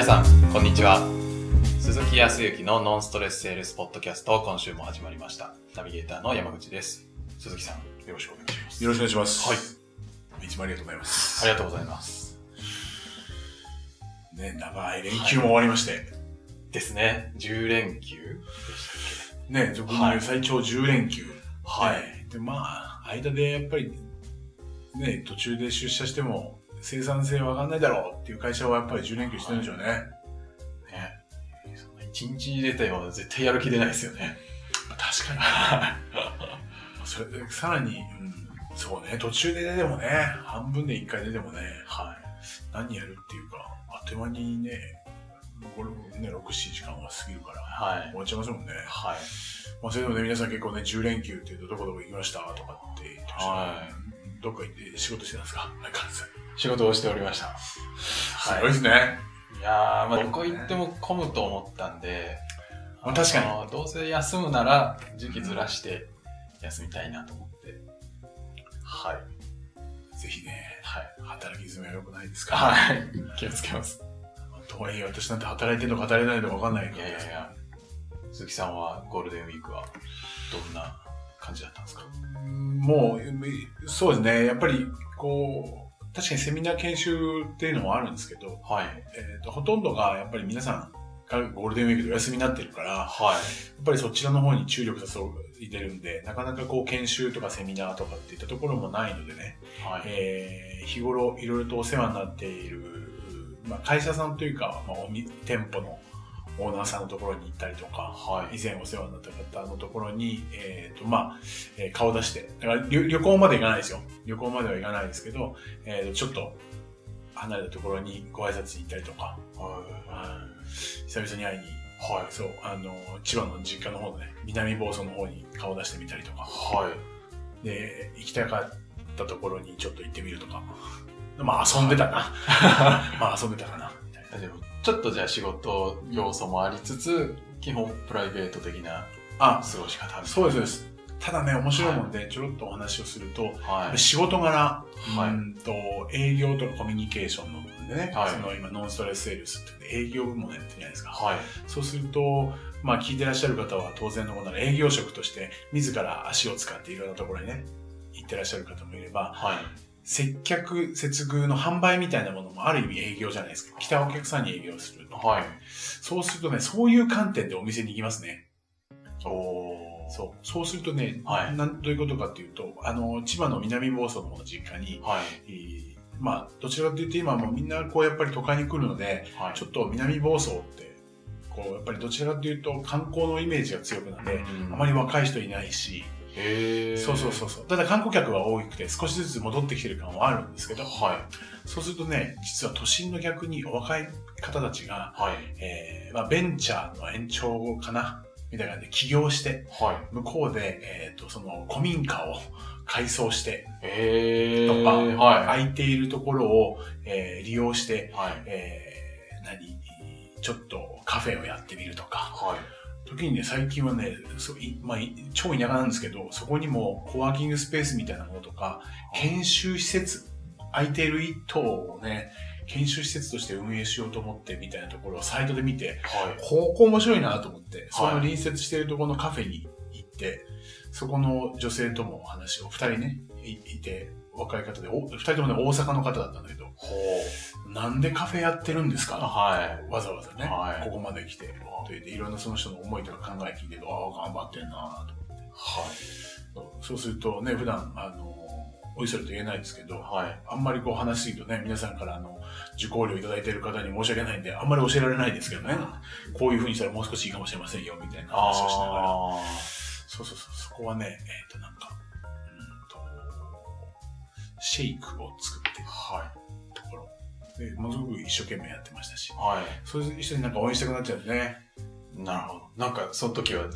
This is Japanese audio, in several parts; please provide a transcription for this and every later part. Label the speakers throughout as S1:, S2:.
S1: にちは。鈴木康之のノンストレスセールスポッドキャスト、今週も始まりました。ナビゲーターの山口です。鈴木さん、よろしくお願いします。
S2: よろしくお願いします。はい。いつもありがとうございます。
S1: ありがとうございます。
S2: ね、長い連休も終わりまして。
S1: ですね。10連休
S2: ね、僕
S1: はい
S2: も最長10連休。
S1: はい
S2: ね。で、まあ、間でやっぱり、ね、途中で出社しても生産性は上がんないだろうっていう会社はやっぱり10連休してるんでしょうね。
S1: ね。そんな一日出たような絶対やる気出ないですよね。
S2: 確かに。 それでさらに、うん、そうね、途中で出てもね、半分で1回出てもね、
S1: は
S2: 何やるっていうか、あっという間にね、これね、6、7時間は過ぎるから、
S1: はい
S2: 終わっちゃいますもんね。
S1: はい。
S2: まあ、それでもね、皆さん結構ね、10連休っていうと、どこどこ行きましたとかって言ってました、。
S1: はい
S2: どっか行って仕事してたんですか相変わらず。
S1: 仕事をしておりました。
S2: すごいですね。
S1: いやー、まあ、どこ行っても混むと思ったんで、
S2: まあ確かに
S1: のどうせ休むなら、時期ずらして休みたいなと思って。はい。
S2: ぜひね、
S1: はい。
S2: 働き詰めは良くないですから。
S1: はい。気をつけます。
S2: まあとはいえ、私なんて働いてるのか働いてないのか分かんない
S1: い
S2: か
S1: や
S2: ら
S1: いやいや。鈴木さんはゴールデンウィークはどんな感じだったんですか
S2: うんもう、そうですね、やっぱり、こう、確かにセミナー研修っていうのもあるんですけど、
S1: はい。
S2: えー、とほとんどがやっぱり皆さんがゴールデンウィークでお休みになってるから、
S1: はい。
S2: やっぱりそちらの方に注力させてるんで、なかなかこう研修とかセミナーとかっていったところもないのでね、
S1: はい。
S2: えー日頃いろいろとお世話になっている、まあ、会社さんというか、まあ、おみ店舗のオーナーさんのところに行ったりとか、
S1: はい
S2: 以。前お世話になった方のところに、えーとまあえー顔出して、だから旅旅行まで行かないですよ。旅行までは行かないですけど、えーとちょっと離れたところにご挨拶に行ったりとか、
S1: は
S2: 久々に会いに
S1: い。はい。
S2: そう、あの、千葉の実家の方のね、南房総の方に顔出してみたりとか、
S1: はい。
S2: で、行きたかったところにちょっと行ってみるとか、まあ遊んでた な。まあ遊んでたかな、みたいな。
S1: 大丈夫ちょっとじゃあ仕事要素もありつつ、基本プライベート的な過
S2: あ、
S1: ごし方みたいな
S2: そうです、そうです。ただね、面白いもんで、ちょろっとお話をすると、
S1: はい。
S2: 仕事柄、
S1: はいう
S2: ーんと営業とかコミュニケーションの部分でね、
S1: はい
S2: その今、ノンストレスセールスって言って営業部門やってるじゃないですか。
S1: はい。
S2: そうすると、まあ、聞いてらっしゃる方は当然のことなら営業職として自ら足を使っていろんなところにね行ってらっしゃる方もいれば
S1: はい。
S2: 接客接遇の販売みたいなものもある意味営業じゃないですか来たお客さんに営業すると
S1: はい。
S2: そうするとねそういう観点でお店に行きますね
S1: おー。
S2: そうそうするとね、
S1: はい
S2: なんどういうことかっていうとあの千葉の南房総の方の実家に、
S1: はい。
S2: えーまあどちらかというと今はもうみんなこうやっぱり都会に来るので
S1: はい。
S2: ちょっと南房総って、こう、やっぱりどちらかというと観光のイメージが強くなって、
S1: うん
S2: あまり若い人いないし、
S1: へー。
S2: そうそうそうそう。ただ観光客は多くて少しずつ戻ってきてる感はあるんですけど、
S1: は
S2: そうするとね、実は都心の逆にお若い方たちが、
S1: い。はい。
S2: えーまあ、ベンチャーの延長かなみたいな感じで起業して、
S1: はい。
S2: 向こうで、えっ、と、その古民家を改装して、
S1: へー。
S2: とか
S1: はい。
S2: 空いているところを、えー利用して、
S1: はい。
S2: えー何、ちょっとカフェをやってみるとか、
S1: はい。
S2: 時にね、最近はね、そういまあ、い超田舎なんですけど、そこにもコワーキングスペースみたいなものとか、研修施設、空いている一棟をね、研修施設として運営しようと思ってみたいなところをサイトで見て、
S1: はい。
S2: ここ面白いなと思って、その隣接しているところのカフェに行って、そこの女性ともお話を、二人ね、いいて、若い方で、お二人ともね、大阪の方だったんだけど、
S1: ほ
S2: なんでカフェやってるんです
S1: ー。
S2: か
S1: は
S2: わざわざね、
S1: はい
S2: ここまで来て、と言って、いろんなその人の思いとか考え聞いて、ああ、頑張ってんなぁ
S1: い。はい。
S2: と。そうするとね、普段、あの、おいそれと言えないですけど、
S1: はい。
S2: あんまりこう話しすぎるとね、皆さんからあの、受講料いただいている方に申し訳ないんで、あんまり教えられないですけどね、こういうふうにしたらもう少しいいかもしれませんよ、みたいな話をしながら。
S1: あ
S2: そうそうそう、そこはね、えっ、と、なんか、うんと、シェイクを作ってる
S1: ー。は
S2: ところ。で、ものすごく一生懸命やってましたし、
S1: い。はい。
S2: そういう人になんか応援したくなっちゃうんですね。
S1: なるほど。なんか、その時は、ど、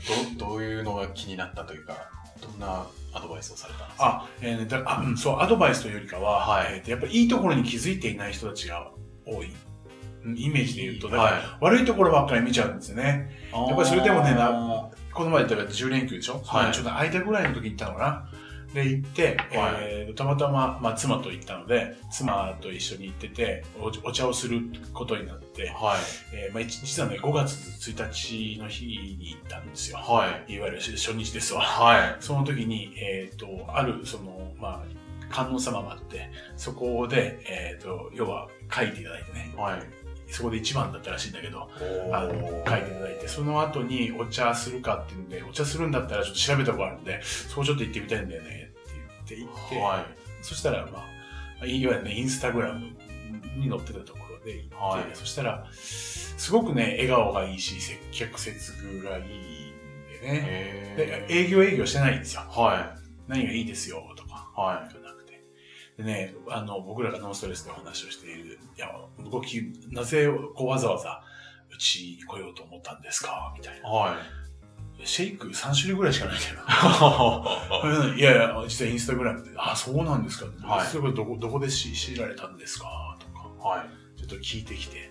S1: どういうのが気になったというか、どんなアドバイスをされたんですか
S2: あ、えーねだあうんそう、アドバイスというよりかは、
S1: はい
S2: えーとやっぱりいいところに気づいていない人たちが多い。うんイメージで言うと、だから、
S1: はい
S2: 悪いところばっかり見ちゃうんですよね。
S1: や
S2: やっぱりそれでもねな
S1: は
S2: この前言ったら10連休でしょ、
S1: はい
S2: そのちょっと間ぐらいの時に行ったのかな。で、行って、
S1: はい
S2: えーたまたま、まあ、妻と行ったので、妻と一緒に行ってて、おお茶をすることになって、
S1: はい。
S2: えーまあ、一実はね、5月1日の日に行ったんですよ。
S1: はい。
S2: いわゆる初初日ですわ。
S1: はい。
S2: その時に、えっ、と、ある、その、まあ、観音様があって、そこで、えっ、と、要は書いていただいてね、
S1: はい。
S2: そこで一番だったらしいんだけど、あ
S1: あ
S2: の、
S1: の
S2: 書いていただいて、その後にお茶するかっていうんで、お茶するんだったらちょっと調べたことあるんで、そこちょっと行ってみたいんだよねって言って行って、
S1: は
S2: そしたら、まあ、いわゆるね、インスタグラムに載ってたところで行って、
S1: はい
S2: そしたら、すごくね、笑顔がいいし、接客接遇がいいんで
S1: い。
S2: ね、で
S1: へえ。
S2: 営業営業してないんですよ。
S1: は
S2: 何がいいですよ、とか。
S1: い。は
S2: じゃなくて。でね、あの、僕らがノンストレスでお話をしている、いや、動き、なぜこうわざわざ、うちに来ようと思ったんですかみたい
S1: い。
S2: な。
S1: は
S2: シェイク3種類ぐらいしかないんだよな。
S1: い。
S2: うん いやいや、実はインスタグラムで、あ、そうなんですか、
S1: はい
S2: それこそどこ、どこでし知られたんですかとか、
S1: はい。
S2: ちょっと聞いてきて。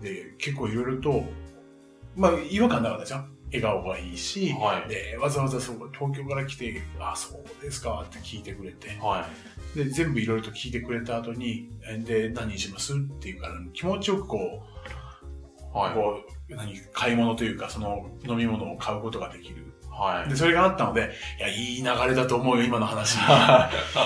S2: で、結構いろいろと、まあ、違和感なかったじゃん。笑顔がいいし、
S1: はい
S2: で、わざわざそう東京から来て、あ、そうですかって聞いてくれて、
S1: はい。
S2: で、全部いろいろと聞いてくれた後に、えで、何にしますっていうから、気持ちよくこう、
S1: はい。
S2: こう、何、買い物というか、その飲み物を買うことができる。
S1: はい。
S2: で、それがあったので、いや、いい流れだと思うよ、今の 話。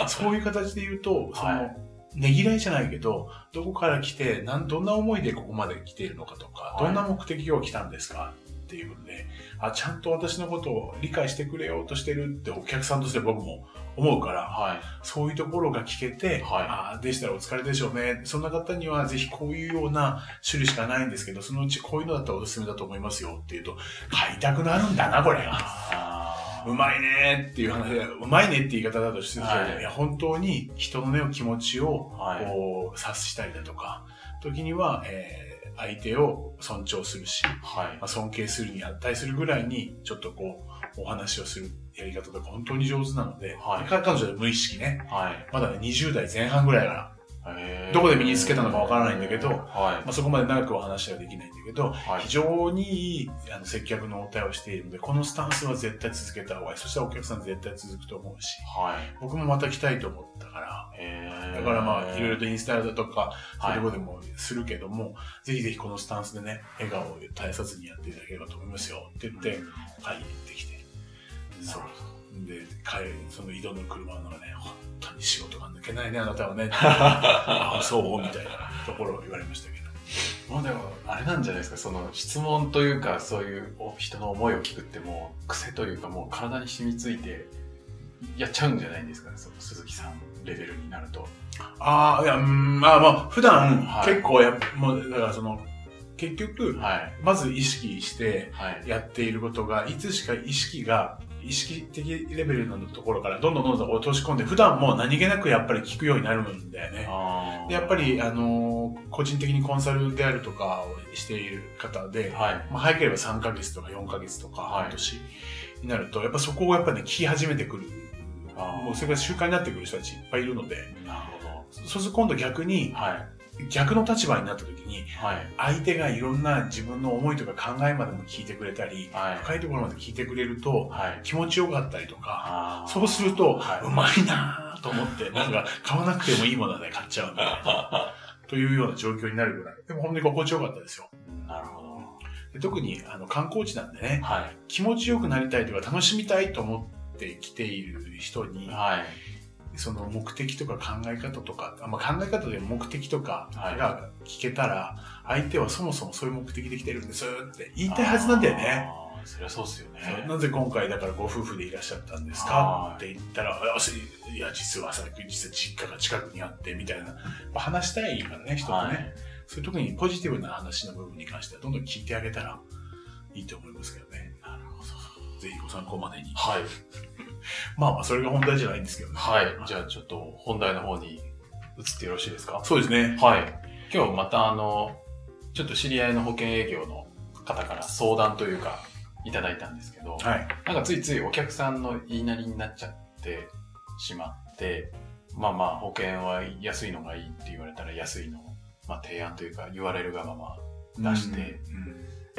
S2: そういう形で言うと、その、
S1: は
S2: ねぎらいじゃないけど、どこから来て、なん、どんな思いでここまで来ているのかとか、
S1: はい
S2: どんな目的を来たんですかっていうことで、あ、ちゃんと私のことを理解してくれようとしてるってお客さんとして僕も思うから、
S1: はい。
S2: そういうところが聞け
S1: は
S2: て、
S1: い
S2: ああでしたらお疲れでしょうね。そんな方にはぜひこういうような種類しかないんですけど、そのうちこういうのだったらおすすめだと思いますよっていうと、買いたくなるんだな、これが。
S1: あ
S2: うまいねーっていう話で、うまいねって言い方だとしてるけど、
S1: はい
S2: い、や、本当に人のね、気持ちを
S1: ーはい。
S2: こう察したりだとか、時には、えー相手を尊重するし、
S1: はい
S2: ま。あ、尊敬するに値するぐらいに、ちょっとこう、お話をするやり方とか本当に上手なので、
S1: はい
S2: 彼女は無意識ね、
S1: はい。
S2: まだね、20代前半ぐらいから、
S1: へー
S2: どこで身につけたのかわからないんだけど
S1: は
S2: まあ、そこまで長くお話はできないんだけど、
S1: い。はい
S2: 非。常にいいあの接客の応対をしているので、このスタンスは絶対続けた方がいい。そしたらお客さん絶対続くと思うし、
S1: はい。
S2: 僕もまた来たいと思ったから、
S1: へー
S2: だからまあ、いろいろとインスタだとか、そう
S1: はい
S2: いうとこでもするけども、ぜひぜひこのスタンスでね、笑顔を絶やさずにやっていただければと思いますよって言って
S1: う、ん
S2: 会に行ってきて。そう。で、帰る、その移動の車の中で、本当に仕事が抜けないね、あなた はね。ああ、そう、みたいなところを言われましたけど。
S1: もうでもあれなんじゃないですかその質問というかそういうお人の思いを聞くってもう癖というかもう体に染みついてやっちゃうんじゃないですかねその鈴木さんレベルになると
S2: ああ、いや、うん、まあまあ、普段、
S1: はい
S2: 結構やっ、もう、だからその、結局、
S1: はい
S2: まず意識して
S1: はい
S2: やっていることが、いつしか意識が、意識的レベルのところからどんどんどんどん落とし込んで、普段も何気なくやっぱり聞くようになるんだよね。
S1: あー
S2: でやっぱり、あのー個人的にコンサルであるとかをしている方で、
S1: はい
S2: まあ、早ければ3ヶ月とか4ヶ月とか
S1: はい
S2: 半年になると、やっぱそこをやっぱね、聞き始めてくる。
S1: あー
S2: もうそれが習慣になってくる人たちいっぱいいるので、
S1: なるほ
S2: そうすると今度逆に
S1: ど、はい
S2: 逆の立場になった時に、
S1: はい
S2: 相手がいろんな自分の思いとか考えまでも聞いてくれたり、
S1: はい
S2: 深いところまで聞いてくれると
S1: はい
S2: 気持ちよかったりとか、
S1: あー
S2: そうすると、
S1: はいう
S2: まいなぁと思 って、なんか買わなくてもいいものはね、買っちゃうみたいな。というような状況になるぐらい。でも本当に心地よかったですよ。
S1: なるほど
S2: で特にあの観光地なんでね、
S1: はい
S2: 気持ちよくなりたいというか楽しみたいと思って来ている人に、
S1: はい
S2: その目的とか考え方とか、あまあ、考え方で目的とかが聞けたら、相手はそもそもそういう目的で来てるんですって言いたいはずなんだよね。
S1: あーそりゃそうっすよね
S2: そうなぜ今回だからご夫婦でいらっしゃったんです
S1: は
S2: か
S1: い
S2: って言ったら、あすいや、実はさ、実は実家が近くにあってみたいな、やっぱ話したいからね、人とね、
S1: はい
S2: そういう特にポジティブな話の部分に関してはどんどん聞いてあげたらいいと思いますけどね。
S1: なるほど
S2: ぜひご参考までに。
S1: はい
S2: まあまあ、それが本題じゃないんですけどね。
S1: はいじゃあちょっと本題の方に移ってよろしいですか
S2: そうですね。
S1: はい。今日またあの、ちょっと知り合いの保険営業の方から相談というか、いただいたんですけど、
S2: はい。
S1: なんかついついお客さんの言いなりになっちゃってしまって、まあまあ保険は安いのがいいって言われたら安いのを、まあ提案というか言われるがまま、出して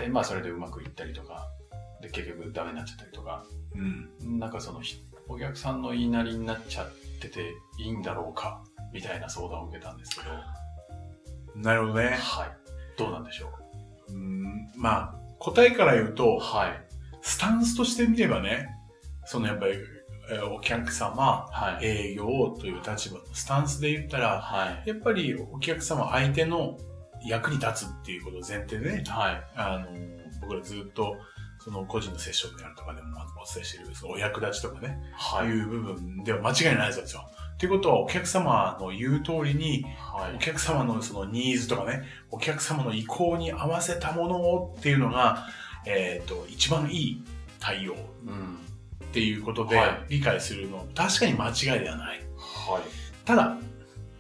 S1: でまあそれでうまくいったりとか、で結局ダメになっちゃったりとか、
S2: うん。うん。
S1: なんかそのひお客さんの言いなりになっちゃってていいんだろうかみたいな相談を受けたんですけど、
S2: なるほどね。
S1: はい。どうなんでしょ
S2: うーん、まあ、答えから言う
S1: う
S2: と、
S1: はい。
S2: スタンスとして見ればね、そのやっぱり、えーお客様、
S1: はい。
S2: 営業という立場のスタンスで言ったら、
S1: はい。
S2: やっぱりお客様相手の役に立つっていうことを前提でね、
S1: はい。
S2: あの、僕らずっと、その個人のセッションであるとかでもお伝えしている、そのお役立ちとかね、、
S1: はいい。
S2: う部分では間違いないですよ。ということは、お客様の言う通りに、
S1: は
S2: お
S1: い。
S2: 客様のそのニーズとかね、お客様の意向に合わせたものをっていうのが、えっ、と、一番いい対応っ
S1: うん。
S2: ていうことで
S1: はい
S2: 理解するの、確かに間違いではない。
S1: はい。
S2: ただ、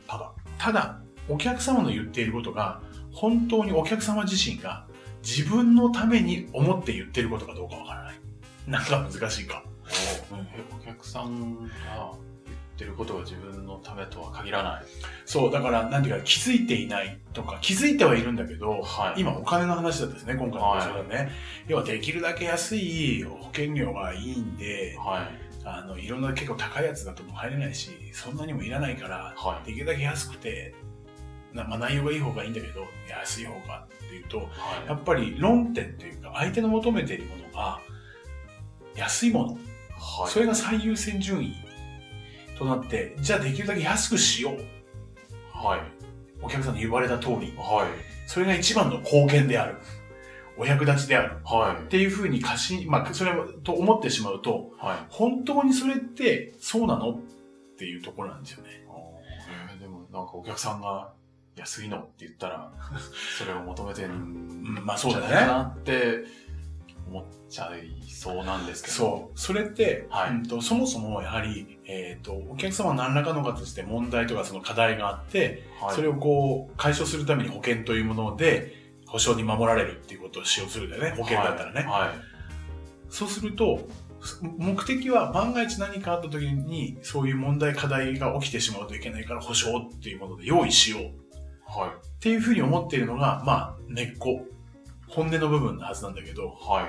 S2: ただ、ただ、お客様の言っていることが、本当にお客様自身が自分のために思って言ってることかどうかわからない。なんか難しいか。
S1: おえお客さんが言ってることが自分のためとは限らない。
S2: そう、だから、なんていうか、気づいていないとか、気づいてはいるんだけど、
S1: はい。
S2: 今お金の話だったんですね、今回の話だね。要はできるだけ安い保険料がいいんで、
S1: はい。
S2: あの、いろんな結構高いやつだともう入れないし、そんなにもいらないから、
S1: はい。
S2: できるだけ安くて、なまあ内容がいい方がいいんだけど、安い方がっていうと、や
S1: はい。
S2: っぱり論点というか、相手の求めているものが、安いもの、
S1: はい。
S2: それが最優先順位となって、じゃあできるだけ安くしよう。
S1: はい。
S2: お客さんの言われた通り、
S1: はい。
S2: それが一番の貢献である。お役立ちである。
S1: は
S2: っていうふうに過信、まあ、それはと思ってしまうと、
S1: い。はい。
S2: 本当にそれってそうなのっていうところなんですよね。
S1: えーでもなんかお客さんが安いのって言った ら、それを求めてん
S2: んまあそうだね
S1: じゃないかなって思っちゃいそうなんですけど。
S2: そう。それって、
S1: はい
S2: うんとそもそもやはり、えっ、と、お客様の何らかの形で問題とかその課題があって、
S1: はい。
S2: それをこう、解消するために保険というもので、保証に守られるっていうことを使用するんだよね。保険だったらね。
S1: はい。
S2: そうすると、す目的は万が一何かあった時に、そういう問題、課題が起きてしまうといけないから、保証っていうもので用意しよう
S1: はい。
S2: っていうふうに思っているのが、まあ、根っこ。本音の部分のはずなんだけど、
S1: はい。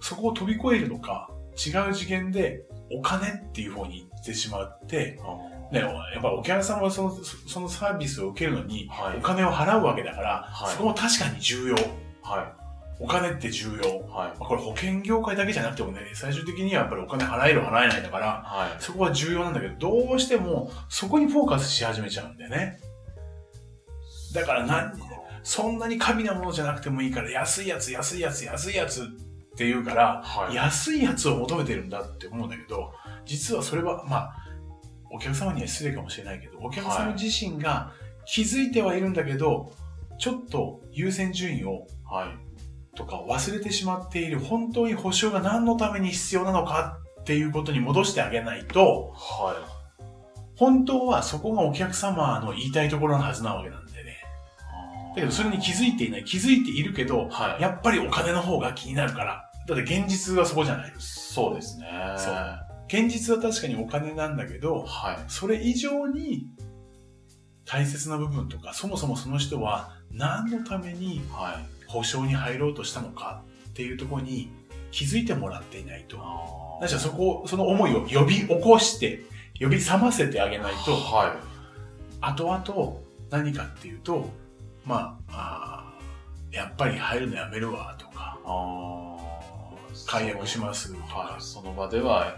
S2: そこを飛び越えるのか、違う次元でお金っていう方に行ってしまって、
S1: はい。
S2: ね、やっぱお客様はそのそそのサービスを受けるのに、
S1: はい
S2: お金を払うわけだから、
S1: はい
S2: そこも確かに重要。
S1: は
S2: お金って重要
S1: い。。はい。
S2: まあこれ保険業界だけじゃなくてもね、最終的にはやっぱりお金払える払えないだから、
S1: はい。
S2: そこは重要なんだけど、どうしてもそこにフォーカスし始めちゃうんだよね。だからな、そんなに過敏なものじゃなくてもいいから、安いやつ、安いやつ、安いやつって言うから、
S1: はい。
S2: 安いやつを求めてるんだって思うんだけど、実はそれは、まあ、お客様には失礼かもしれないけど、お客様自身が気づいてはいるんだけど、ちょっと優先順位を
S1: はい。
S2: とか忘れてしまっている本当に保証が何のために必要なのかっていうことに戻してあげないと、
S1: はい。
S2: 本当はそこがお客様の言いたいところのはずなわけなんでね。だけどそれに気づいていない。気づいているけど、
S1: はい。
S2: やっぱりお金の方が気になるから。だって現実はそこじゃない。
S1: そうですね。
S2: そう現実は確かにお金なんだけど、
S1: はい。
S2: それ以上に大切な部分とか、そもそもその人は何のために
S1: はい。
S2: 保証に入ろうとしたのかっていうところに気づいてもらっていないと。
S1: あ
S2: なしはそこを、その思いを呼び起こして、呼び覚ませてあげないと、
S1: は
S2: 後々何かっていうと、まあ、あーやっぱり入るのやめるわとか、
S1: い。あー
S2: 解約しますとか
S1: は、い、その場では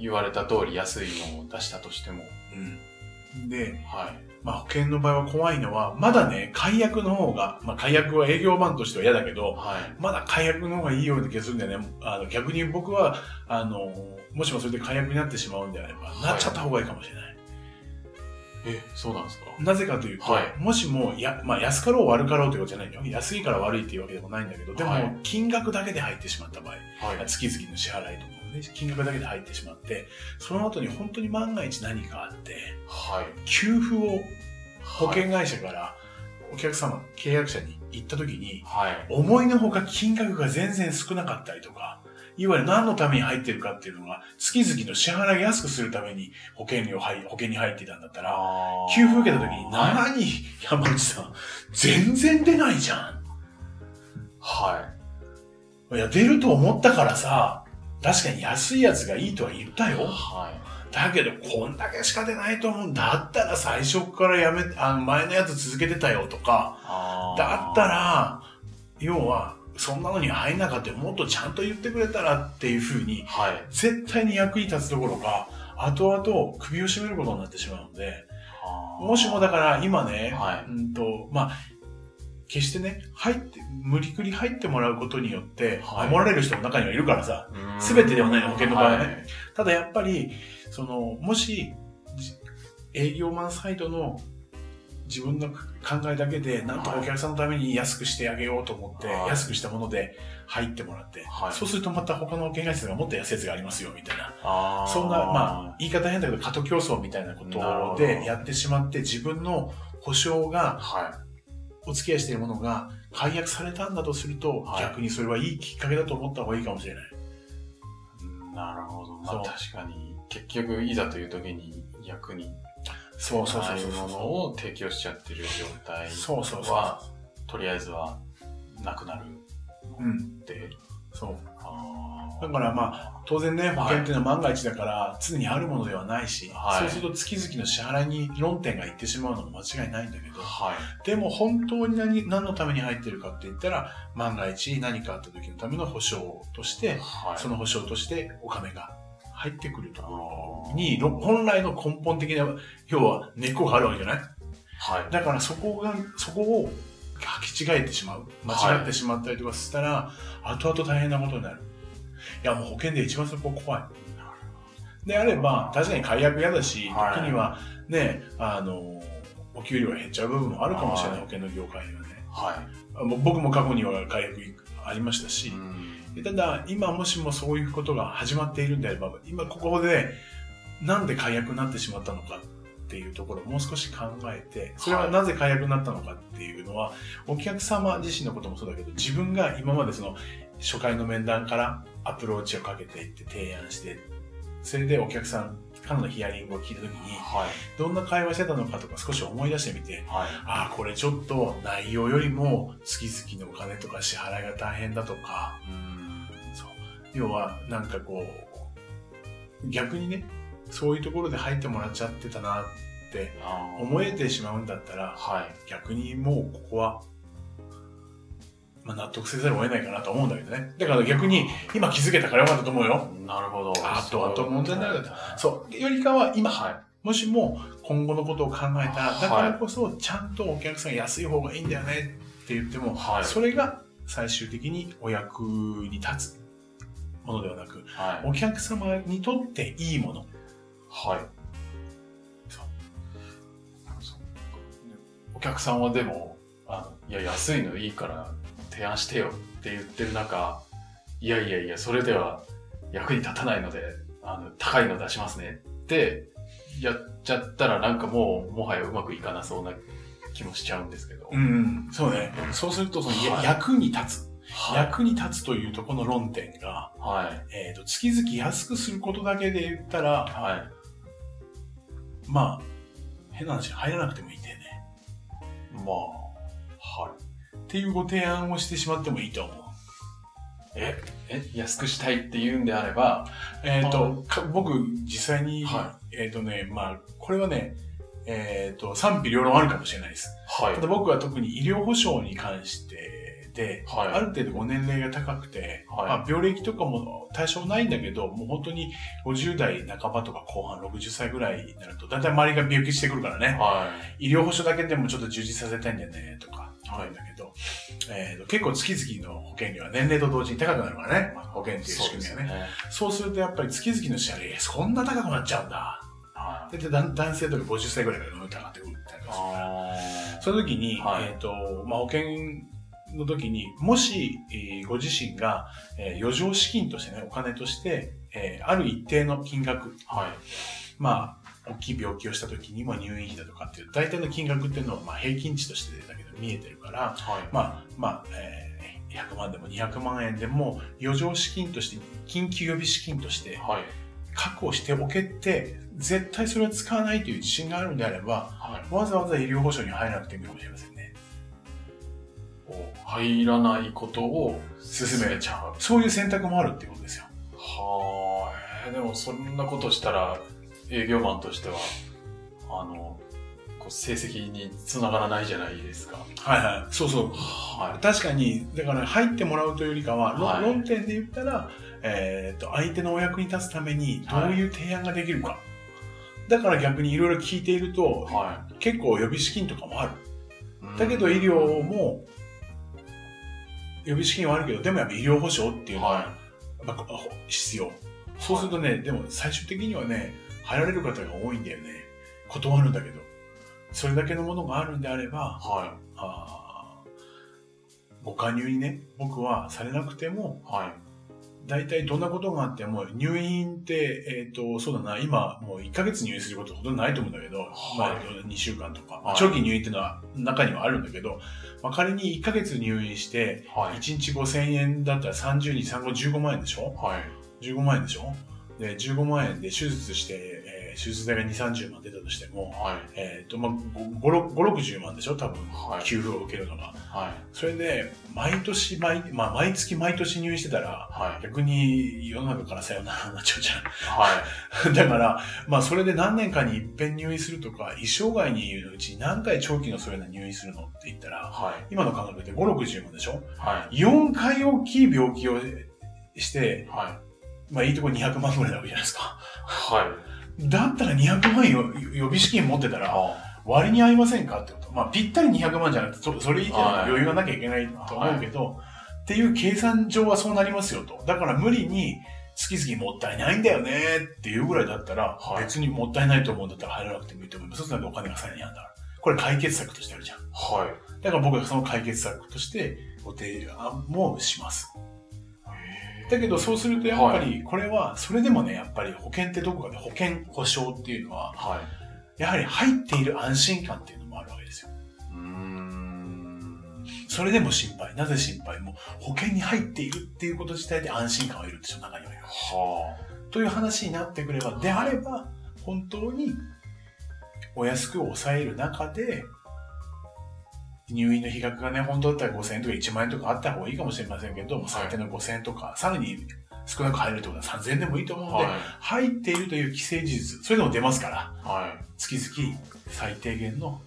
S1: 言われた通り安いのを出したとしても、
S2: うんで、
S1: はい、
S2: まあ保険の場合は怖いのは、まだね、解約の方が、まあ解約は営業マンとしては嫌だけど、
S1: はい、
S2: まだ解約の方がいいような気がするんだよね。あの逆に僕は、あの、もしもそれで解約になってしまうんであれば、
S1: はい
S2: なっちゃった方がいいかもしれない。
S1: え、そうなんですか
S2: なぜかというと、
S1: はい
S2: もしもや、まあ、安かろう悪かろうということじゃないよ。安いから悪いっていうわけでもないんだけど、でも
S1: はい、
S2: 金額だけで入ってしまった場合、
S1: はい、
S2: 月々の支払いとかもね、金額だけで入ってしまって、その後に本当に万が一何かあって、
S1: はい、
S2: 給付を保
S1: はい
S2: 険会社からお客様、契約者に行った時に、
S1: はい、
S2: 思いのほか金額が全然少なかったりとか、いわゆる何のために入ってるかっていうのが、月々の支払いを安くするために保険料入、保険に入っていたんだったら、
S1: あー
S2: 給付受けた時に、
S1: はい、
S2: 何、山内さん、全然出ないじゃん。
S1: はい
S2: や、出ると思ったからさ、確かに安いやつがいいとは言ったよ。
S1: は
S2: だけど、こんだけしか出ないと思うんだったら最初からやめ、あの前のやつ続けてたよとか
S1: い。、あー
S2: だった、ら、要は、そんなのに入んなかったよ。もっとちゃんと言ってくれたらっていうふうに、
S1: はい。
S2: 絶対に役に立つところが、後々首を絞めることになってしまうので、
S1: あー
S2: もしもだから今ね、
S1: はい
S2: うんと、まあ、決してね、入って、無理くり入ってもらうことによって、
S1: はい
S2: 守られる人も中にはいるからさ、
S1: うーん
S2: 全てではないの保険の場合はね
S1: い
S2: ただやっぱり、その、もし、じ営業マンサイドの自分の考えだけで、なんとかお客さんのために安くしてあげようと思って、
S1: はい
S2: 安くしたもので入ってもらって、
S1: はい
S2: そうするとまた他の保険会社がもっと安いやつがありますよ、みたいな。
S1: あー
S2: そんな、まあ、言い方変だけど、過渡競争みたいなこ
S1: なるほ
S2: と
S1: ど
S2: でやってしまって、自分の保証が、
S1: はい。
S2: お付き合いしているものが解約されたんだとすると、
S1: はい
S2: 逆にそれはいいきっかけだと思った方がいいかもしれない。
S1: なるほど。ま
S2: そ
S1: あ
S2: う
S1: 確かに、結局、いざという時に役に
S2: そうそうそ
S1: な
S2: う
S1: い
S2: そう
S1: もの
S2: そ
S1: を提供しちゃってる状態
S2: う。そうそうそ
S1: は、とりあえずはなくなる
S2: う。うん。
S1: って。
S2: そう。
S1: あー
S2: だからま当然ね、
S1: い
S2: 保険っていうのは万が一だから、常にあるものではないし、
S1: はい
S2: そうすると月々の支払いに論点がいってしまうのも間違いないんだけど、
S1: はい。
S2: でも本当に何何のために入ってるかって言ったら、万が一何かあった時のための保証として、
S1: はい。
S2: その保証としてお金が入ってくると
S1: あ。ー
S2: に、ろ本来の根本的な、要は根っこがあるわけじゃない
S1: はい。
S2: だからそこが、そこを履き違えてしまう。間違ってしまったりとかしたら、後々大変なことになる。いや、もう保険で一番そこ怖い。であれば、確かに解約嫌だし、
S1: はい
S2: 時にはね、あの、お給料が減っちゃう部分もあるかもしれな
S1: は
S2: い、
S1: い
S2: 保険の業界にはね。
S1: は
S2: あもう僕も過去には解約ありましたし、
S1: い。うん
S2: ただ、今もしもそういうことが始まっているんであれば、今ここで、なんで解約になってしまったのかっていうところをもう少し考えて、それはなぜ解約になったのかっていうのは、お客様自身のこともそうだけど、自分が今までその、初回の面談からアプローチをかけていって提案して、それでお客さんからのヒアリングを聞いたときに、
S1: はい。
S2: どんな会話してたのかとか少し思い出してみて、
S1: はい。
S2: ああ、これちょっと内容よりも月々のお金とか支払いが大変だとか、
S1: うん
S2: 要はなんかこう逆にねそういうところで入ってもらっちゃってたなって
S1: あー
S2: 思えてしまうんだったら
S1: はい。
S2: 逆にもうここは、まあ、納得せざるを得ないかなと思うんだけどねだから逆に今気づけたからよかったと思うよ
S1: なるほど。
S2: あとあと問題になる
S1: は
S2: そうよりかは今
S1: い。
S2: もしも今後のことを考えたら
S1: はい
S2: だからこそちゃんとお客さんが安い方がいいんだよねって言っても、
S1: はい
S2: それが最終的にお役に立つものではなく
S1: はい。
S2: お客様にとっていいもの
S1: はい。
S2: そう
S1: お客さんはでも、あのいや、安いのいいから提案してよって言ってる中、いやいやいや、それでは役に立たないので、あの高いの出しますねってやっちゃったら、なんかもう、もはやうまくいかなそうな気もしちゃうんですけど。
S2: ん、そうねそうするとその、
S1: はい
S2: 役に立つ
S1: はい。
S2: 役に立つというところの論点が、
S1: はい。
S2: えー、と月々安くすることだけで言ったら
S1: はい。
S2: まあ変な話入らなくてもいいんだよね
S1: まあ、はい。
S2: っていうご提案をしてしまってもいいと思う
S1: え、え、安くしたいって言うんであれば、
S2: えっ、
S1: は
S2: とか僕実際に、
S1: は
S2: えっ、とねまあこれはねえっ、と賛否両論あるかもしれないです
S1: はい
S2: ただ僕は特に医療保障に関してで
S1: はい。
S2: ある程度ご年齢が高くて、
S1: はい
S2: まあ、病歴とかも対象ないんだけど、もう本当に50代半ばとか後半60歳ぐらいになると、だいたい周りが病気してくるからね、
S1: は
S2: 医療保障だけでもちょっと充実させたいんだよね、とか、あるんだけど、えーと結構月々の保険料は年齢と同時に高くなるからね、まあ保険っ
S1: い。
S2: ていう仕組みはね。そう
S1: ね。
S2: するとやっぱり月々の支払い、えそんな高くなっちゃうんだ。
S1: はい。
S2: だいたい男男性とか50歳ぐらいから上がってくるみたいな。
S1: あー
S2: その時に、
S1: はい
S2: えっ、と、まあ、保険の時に、もし、えーご自身が、えー余剰資金としてね、お金として、えーある一定の金額、
S1: はい。
S2: まあ、大きい病気をした時にも入院費だとかっていう、大体の金額っていうのは、まあ、平均値としてだけど見えてるから、
S1: はい。
S2: まあ、まあ、えー100万でも200万円でも余剰資金として緊急予備資金として
S1: はい。
S2: 確保しておけって絶対それは使わないという自信があるのであれば
S1: はい。
S2: わざわざ医療保障に入らなくてもいいかもしれませんね
S1: 入らないことを
S2: 進め
S1: ちゃう。
S2: そういう選択もあるっていうことですよ。
S1: でもそんなことしたら営業マンとしてはあのこう成績につながらないじゃないですか
S2: はいはい。そうそう。
S1: は
S2: 確かに、だから入ってもらうというよりかは、ろ
S1: はい
S2: 論点で言ったら、えっと、相手のお役に立つためにどういう提案ができるか。だから逆にいろいろ聞いている
S1: い
S2: と、
S1: は
S2: 結構予備資金とかもある。
S1: い
S2: だけど
S1: うん
S2: 医療も、予備資金はあるけど、でもやっぱ医療保障っていうのは
S1: は
S2: やっぱこう必要。そうするとね、でも最終的にはね、入られる方が多いんだよね。断るんだけど。それだけのものがあるんであれば
S1: い、は
S2: あーご加入にね、僕はされなくても、
S1: いはい
S2: 大体どんなことがあっても、入院って、えっ、と、そうだな、今、もう1ヶ月入院することほとんどないと思うんだけど、
S1: い
S2: まあ、2週間とか、
S1: はい
S2: 長期入院っていうのは中にはあるんだけど、まあ、仮に1ヶ月入院して、
S1: はい
S2: 1日5000円だったら30日、3 5 15万円でしょ
S1: はい
S2: ?15 万円でしょで、15万円で手術して、えー手術代が2、30万出たとしても、
S1: はい
S2: えっ、と、まあ、5、5 60万でしょ多分、
S1: はい
S2: 給付を受けるのが。
S1: はい
S2: それで、毎年毎、まあ、毎月毎年入院してたら、
S1: はい
S2: 逆に世の中からさよならになっちゃうじ
S1: はい
S2: ゃん。だ から、まあ、それで何年かに一遍入院するとか、一生涯にいるうちに何回長期のそういうの入院するのって言ったら、
S1: はい
S2: 今の感覚で5、60万でしょ
S1: はい
S2: ?4 回大きい病気をして、
S1: はい
S2: まあ、いいとこ200万ぐらいなわけじゃないですか。
S1: はい
S2: だったら200万よ予備資金持ってたら、
S1: あ
S2: 割に合いませんかってこと。まあ、ぴったり200万じゃなくて、そそれ以上の余裕がなきゃいけないと思うけど、っていう計算上はそうなりますよと。だから無理に、月々もったいないんだよねっていうぐらいだったら、
S1: はい
S2: 別にもったいないと思うんだったら入らなくてもいいと思います。そうするとお金がさらにあるんだから。これ解決策としてあるじゃん。
S1: はい
S2: だから僕はその解決策としてご提案もします。だけどそうするとやっぱり、これは、それでもね、やっぱり保険ってどこかで保険保証っていうのは、
S1: はい
S2: やはり入っている安心感っていうのもあるわけですよ。
S1: うーん
S2: それでも心配。なぜ心配も保険に入っているっていうこと自体で安心感がいるでしょ、中にはよ。
S1: は
S2: という話になってくれば、であれば、本当にお安く抑える中で、入院の費額がね、本当だったら5000円とか1万円とかあった方がいいかもしれませんけど、もう最低の5000円とか、さらに少なく入るってことは3000円でもいいと
S1: あ
S2: 思うんで、
S1: はい
S2: 入っているという既成事実、それでも出ますから。
S1: はい
S2: 月々最低限の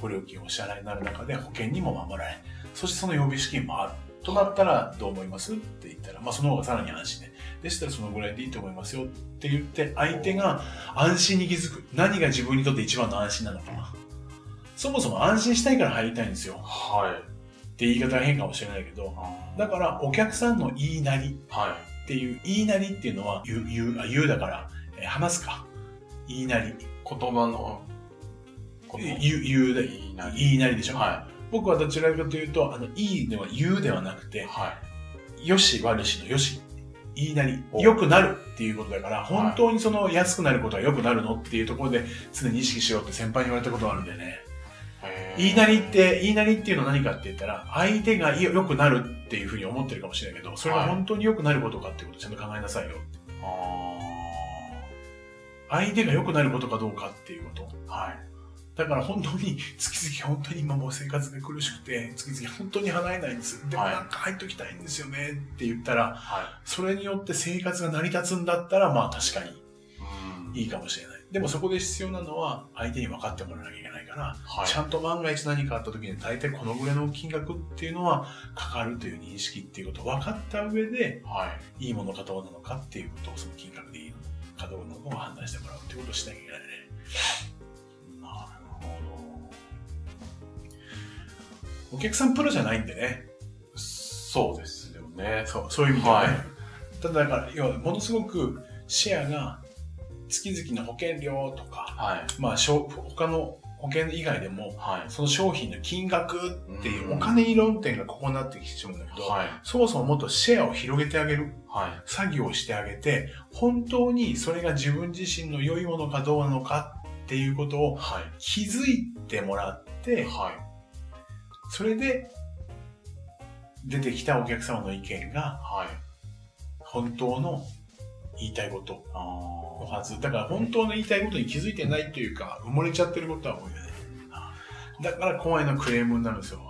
S2: ご料金をお支払いになる中で保険にも守られそしてその予備資金もあるとなったらどう思いますって言ったら、まあ、その方がさらに安心ねでしたらそのぐらいでいいと思いますよって言って相手が安心に気づく何が自分にとって一番の安心なのかなそもそも安心したいから入りたいんですよ
S1: はい
S2: って言い方は変かもしれないけどだからお客さんの言いなり
S1: はい
S2: っていう言いなりっていうのは言う言うあ言うだから、えー話すか言いなり
S1: 言葉のこの
S2: 言う言うだ
S1: いいなり
S2: 言いなりでしょ、
S1: は
S2: 僕はどちらかというと、あの、いいでは言うではなく
S1: い
S2: て、
S1: は
S2: よし悪しのよし、言いなり、
S1: お
S2: 良くなるっていうことだから、本当にその安くなることは良くなるのっていうところで常に意識しろって先輩に言われたことがあるんだよね。
S1: い
S2: 言いなりって、言いなりっていうのは何かって言ったら、相手が良くなるっていうふうに思ってるかもしれないけど、それが本当に良くなることかっていうことをちゃんと考えなさいよ。
S1: あ
S2: 相手が良くなることかどうかっていうこと。
S1: ーはい
S2: だから本当に月々本当に今もう生活が苦しくて月々本当に払えないんですでも
S1: はい
S2: なんか入っときたいんですよねって言ったら
S1: は
S2: それによって生活が成り立つんだったらまあ確かに
S1: いうん
S2: いいかもしれないでもそこで必要なのは相手に分かってもらわなきゃいけないから、
S1: はい
S2: ちゃんと万が一何かあった時に大体このぐらいの金額っていうのはかかるという認識っていうことを分かった上で
S1: はい
S2: いいものかどうなのかっていうことをその金額でいいのかどうなのかを判断してもらうっていうことをしなきゃいけないね
S1: なるほ
S2: お客さんプロじゃないんでね
S1: どそうですよね
S2: そうそういう意味ではね、
S1: はい
S2: ただだから要はものすごくシェアが月々の保険料とか、
S1: はい
S2: まあ、しょ他の保険以外でも
S1: はい
S2: その商品の金額っていう
S1: うん
S2: お金に論点がここになってきてしまうんだけど、
S1: はい
S2: そもそももっとシェアを広げてあげる
S1: はい
S2: 作業をしてあげて本当にそれが自分自身の良いものかどうなのかっていうことを
S1: は
S2: 気づいてもらって
S1: いはい
S2: それで出てきたお客様の意見が
S1: はい
S2: 本当の言いたいこと
S1: あ
S2: の
S1: ー
S2: はずだから本当の言いたいことに気づいてないというか埋もれちゃってることは多いよねだから怖いのはクレームになるんですよ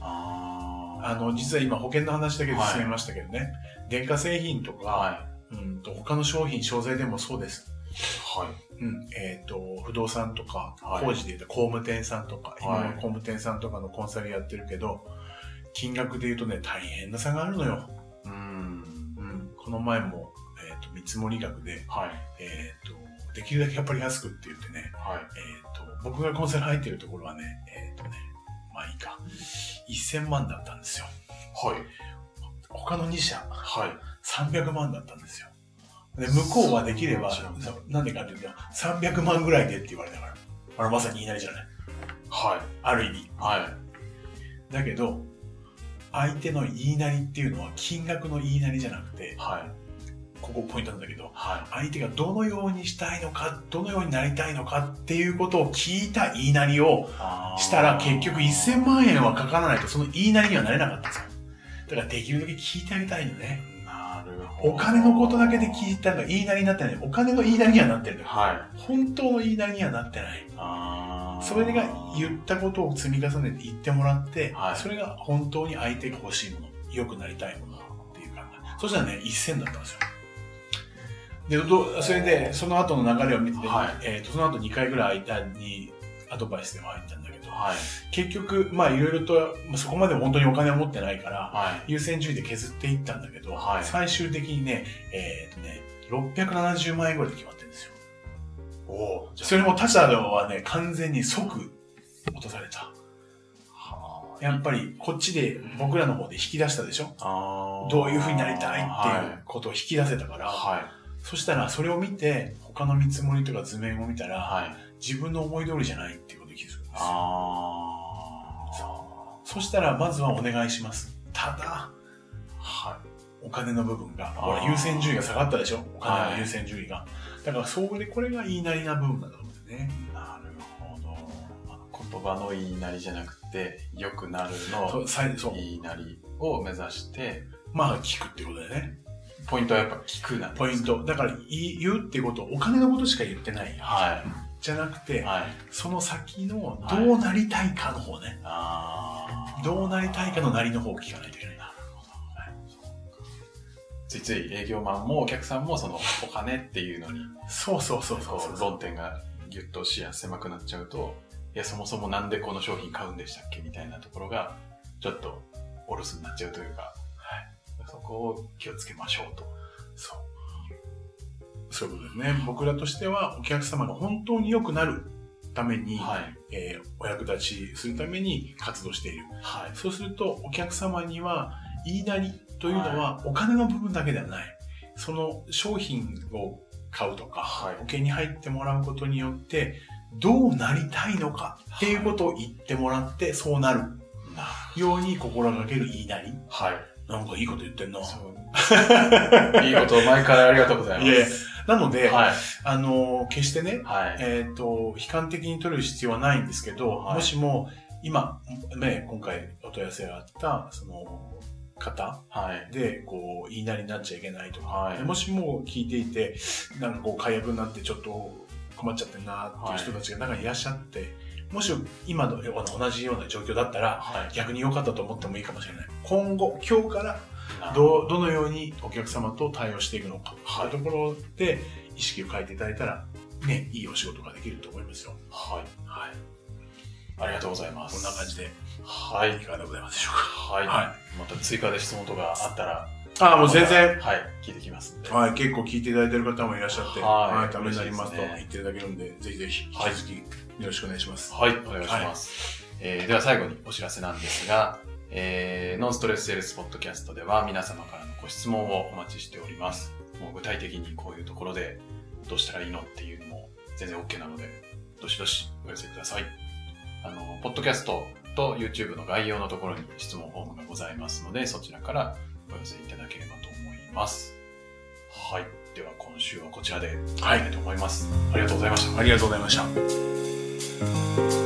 S2: あ
S1: あ
S2: の実は今保険の話だけで進めましたけどね、電化製品とか、
S1: ーは
S2: うんと他他の商品、商材でもそうです。
S1: はい。
S2: うん。えっ、と、不動産とか、
S1: はい
S2: 工事で言うと工務店さんとか、
S1: はい
S2: 今の工務店さんとかのコンサルやってるけど、金額で言うとね、大変な差があるのよ。
S1: うー。
S2: うんん。この前も、えっ、と、見積もり額で、
S1: はい。
S2: えっ、と、できるだけやっぱり安くって言ってね、
S1: はい。
S2: えっ、と、僕がコンサル入ってるところはね、えっ、とね、まあいいか、1000万だったんですよ。
S1: はい。
S2: 他の2社、
S1: はい。
S2: 300万だったんですよ。で向こうはできれば、
S1: そうなんだ
S2: そうなんでかっていうと、300万ぐらいでって言われたから。あれまさに言いなりじゃない。
S1: はい。
S2: ある意味。
S1: はい。
S2: だけど、相手の言いなりっていうのは金額の言いなりじゃなくて、
S1: はい。
S2: ここポイントなんだけど、
S1: は
S2: 相手がどのようにしたいのか、どのようになりたいのかっていうことを聞いた言いなりを
S1: い。
S2: したら結局1000
S1: 円。
S2: 万円はかからないとその言いなりにはなれなかったんですよ。だからできるだけ聞いてあげたいのね。
S1: なるほど。
S2: お金のことだけで聞いたのが言いなりになってない。お金の言いなりにはなってるんだよ。
S1: はい。
S2: 本当の言いなりにはなってない。
S1: あー
S2: それが言ったことを積み重ねて言ってもらって、
S1: はい
S2: それが本当に相手が欲しいもの、良くなりたいものっていう考え。そしたらね、1000だったんですよ。で、どそれで、その後の流れを見てて、
S1: はい
S2: えーとその後2回ぐらい間にアドバイスでは入ったんだけど、
S1: はい。
S2: 結局、まあいろいろと、まあそこまで本当にお金を持ってないから、
S1: はい。
S2: 優先順位で削っていったんだけど、
S1: はい
S2: 最終的にね、えっ、とね、670万円ぐらいで決まってるんですよ。
S1: おお。じゃ
S2: それも他社ではね、完全に即落とされた。
S1: あはー
S2: やっぱりこっちで僕らの方で引き出したでしょ
S1: あー
S2: どういう風になりたいってい
S1: は
S2: うことを引き出せたから、
S1: はい。
S2: そしたらそれを見て、他の見積もりとか図面を見たら、
S1: はい。
S2: 自分の思い通りじゃないっていうことに気づくんですよ。
S1: ああ。そ
S2: そしたらまずはお願いします。ただ、
S1: う。はい。
S2: お金の部分が、ほ
S1: あ
S2: ら、
S1: ー
S2: 優先順位が下がったでしょお金
S1: は
S2: の
S1: い
S2: 優先順位が。だから、そうで、これが言いなりな部分だと思うんだよね。
S1: なるほど。言葉の言いなりじゃなくて、良くなる
S2: そ
S1: の
S2: う、最そう。
S1: 言いなりを目指して、
S2: まあ、聞くってことだよね。
S1: ポイントはやっぱ聞くなんです
S2: ポイン。ト。だから、い言うってこと、お金のことしか言ってない。
S1: は
S2: じゃなく
S1: い。
S2: て、
S1: はい。
S2: その先の、
S1: はい
S2: どうなりたいかの方ね。
S1: ああ。
S2: どうなりたいかのなりの方を聞かないといけないな。
S1: ついつい営業マンもお客さんもそのお金っていうのに、
S2: そうそうそうそう
S1: こう論点がぎゅっと視野狭くなっちゃうと、いや、そもそもなんでこの商品買うんでしたっけみたいなところが、ちょっとお留守になっちゃうというか、そこを気をつけましょうと。
S2: そう。そういうことですね。僕らとしては、お客様が本当に良くなるために、
S1: はい。
S2: えーお役立ちするために活動している。
S1: はい。
S2: そうすると、お客様には、言いなりというのは、お金の部分だけではない。その商品を買うとか、
S1: はい
S2: 保険に入ってもらうことによって、どうなりたいのかっていうことを言ってもらって、そうなる
S1: な
S2: ように心がける言いなり。
S1: はい。
S2: なんかいいこと言ってんな。
S1: そう。いいことを前からありがとうございます。
S2: いえなので、
S1: はい。
S2: あの、決してね、
S1: はい。
S2: えっ、と、悲観的に取る必要はないんですけど、
S1: はい
S2: もしも、今、ね、今回お問い合わせがあった、その、方
S1: はい。
S2: で、こう、言いなりになっちゃいけないとか、
S1: はい
S2: もしも聞いていて、なんかこう、解約になってちょっと困っちゃってるなっていう人たちが中にいらっしゃって、もし今のような同じような状況だったら、
S1: はい。
S2: 逆に良かったと思ってもいいかもしれない。今後、今日から
S1: う
S2: どうどのようにお客様と対応していくのか、
S1: はい
S2: というところで意識を変えていただいたら、ね、いいお仕事ができると思いますよ。
S1: はい。
S2: はい、
S1: ありがとうございます。
S2: こんな感じで
S1: はいい。
S2: かがでございますでしょう
S1: はい。
S2: か。は
S1: また追加で質問とかあったら、
S2: い、ああもう全然、
S1: はい。聞いてきますんで。
S2: はい、結構聞いていただいてる方もいらっしゃって、
S1: はい
S2: ためになりますと
S1: 嬉しいですね
S2: 言っていただけるんで、ぜひぜひ引き
S1: はい
S2: 続きよろしくお願いします。
S1: はい、お願いします。えーでは最後にお知らせなんですが、えーノンストレスセールスポッドキャストでは皆様からのご質問をお待ちしております。もう具体的にこういうところでどうしたらいいのっていうのも全然 OK なので、どしどしお寄せください。あの、ポッドキャストと YouTube の概要のところに質問フォームがございますので、そちらからお寄せいただければと思います。はい。では今週はこちらで終わりたいと思います。ありがとうございました。
S2: ありがとうございました。